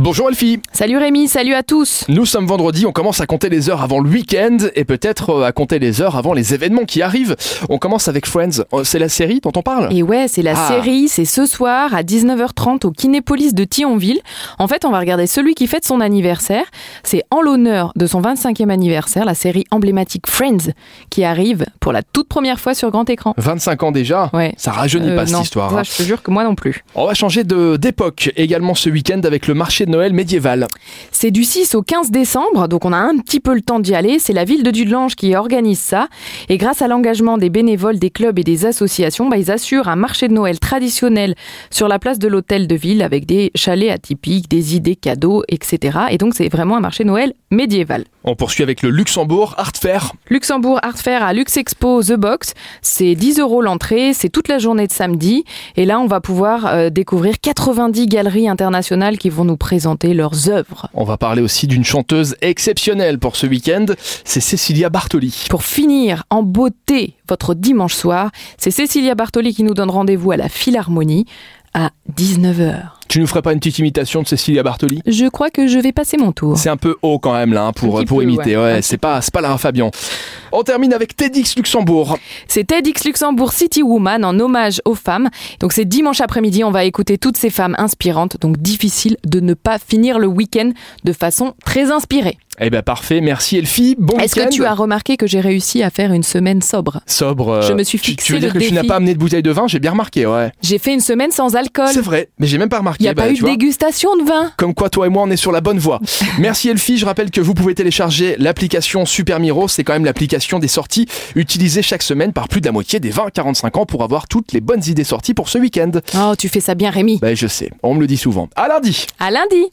Bonjour Elfie Salut Rémi, salut à tous. Nous sommes vendredi, on commence à compter les heures avant le week-end et peut-être euh, à compter les heures avant les événements qui arrivent. On commence avec Friends, Euh, c'est la série dont on parle Et ouais, c'est la Ah. série, c'est ce soir à 19h30 au Kinépolis de Thionville. En fait, on va regarder celui qui fête son anniversaire. C'est en l'honneur de son 25e anniversaire, la série emblématique Friends qui arrive pour la toute première fois sur grand écran. 25 ans déjà Ouais. ça rajeunit Euh, pas non, cette histoire. toi, hein. je te jure que moi non plus. On va changer de- d'époque également ce week-end avec le marché de Noël médiéval. C'est du 6 au 15 décembre, donc on a un petit peu le temps d'y aller. C'est la ville de Dudelange qui organise ça. Et grâce à l'engagement des bénévoles, des clubs et des associations, bah, ils assurent un marché de Noël traditionnel sur la place de l'hôtel de ville avec des chalets atypiques, des idées cadeaux, etc. Et donc c'est vraiment un marché de Noël médiéval. On poursuit avec le Luxembourg Art Fair. Luxembourg Art Fair à Luxexpo The Box, c'est 10 euros l'entrée, c'est toute la journée de samedi. Et là, on va pouvoir euh, découvrir 90 galeries internationales qui vont nous présenter leurs œuvres. On va parler aussi d'une chanteuse exceptionnelle pour ce week-end, c'est Cecilia Bartoli. Pour finir en beauté votre dimanche soir, c'est Cécilia Bartoli qui nous donne rendez-vous à la Philharmonie à 19h. Tu nous ferais pas une petite imitation de Cecilia Bartoli Je crois que je vais passer mon tour. C'est un peu haut quand même là hein, pour, Un petit pour peu, imiter. Ouais, ouais. Un c'est pas c'est pas Lara Fabian. On termine avec TEDx Luxembourg. C'est TEDx Luxembourg City Woman en hommage aux femmes. Donc c'est dimanche après-midi, on va écouter toutes ces femmes inspirantes. Donc difficile de ne pas finir le week-end de façon très inspirée. Eh ben parfait, merci Elfie. Bon Est-ce que week-end. tu as remarqué que j'ai réussi à faire une semaine sobre sobre euh, Je me suis tu- Tu, fixé veux dire le que tu n'as défi. pas amené de bouteille de vin J'ai bien remarqué, ouais. J'ai fait une semaine sans alcool. C'est vrai, mais j'ai même pas Il remarqué. n'y a bah, pas eu tu de vois. dégustation de vin. Comme quoi, toi et moi, on est sur la bonne voie. Merci Elfie. Je rappelle que vous pouvez télécharger l'application Super Miro. C'est quand même l'application des sorties utilisée chaque semaine par plus de la moitié des 20 à 45 ans pour avoir toutes les bonnes idées sorties pour ce week-end. Bah. Oh, tu fais ça bien Rémi. Ben, je sais, on me le dit souvent. À lundi! À lundi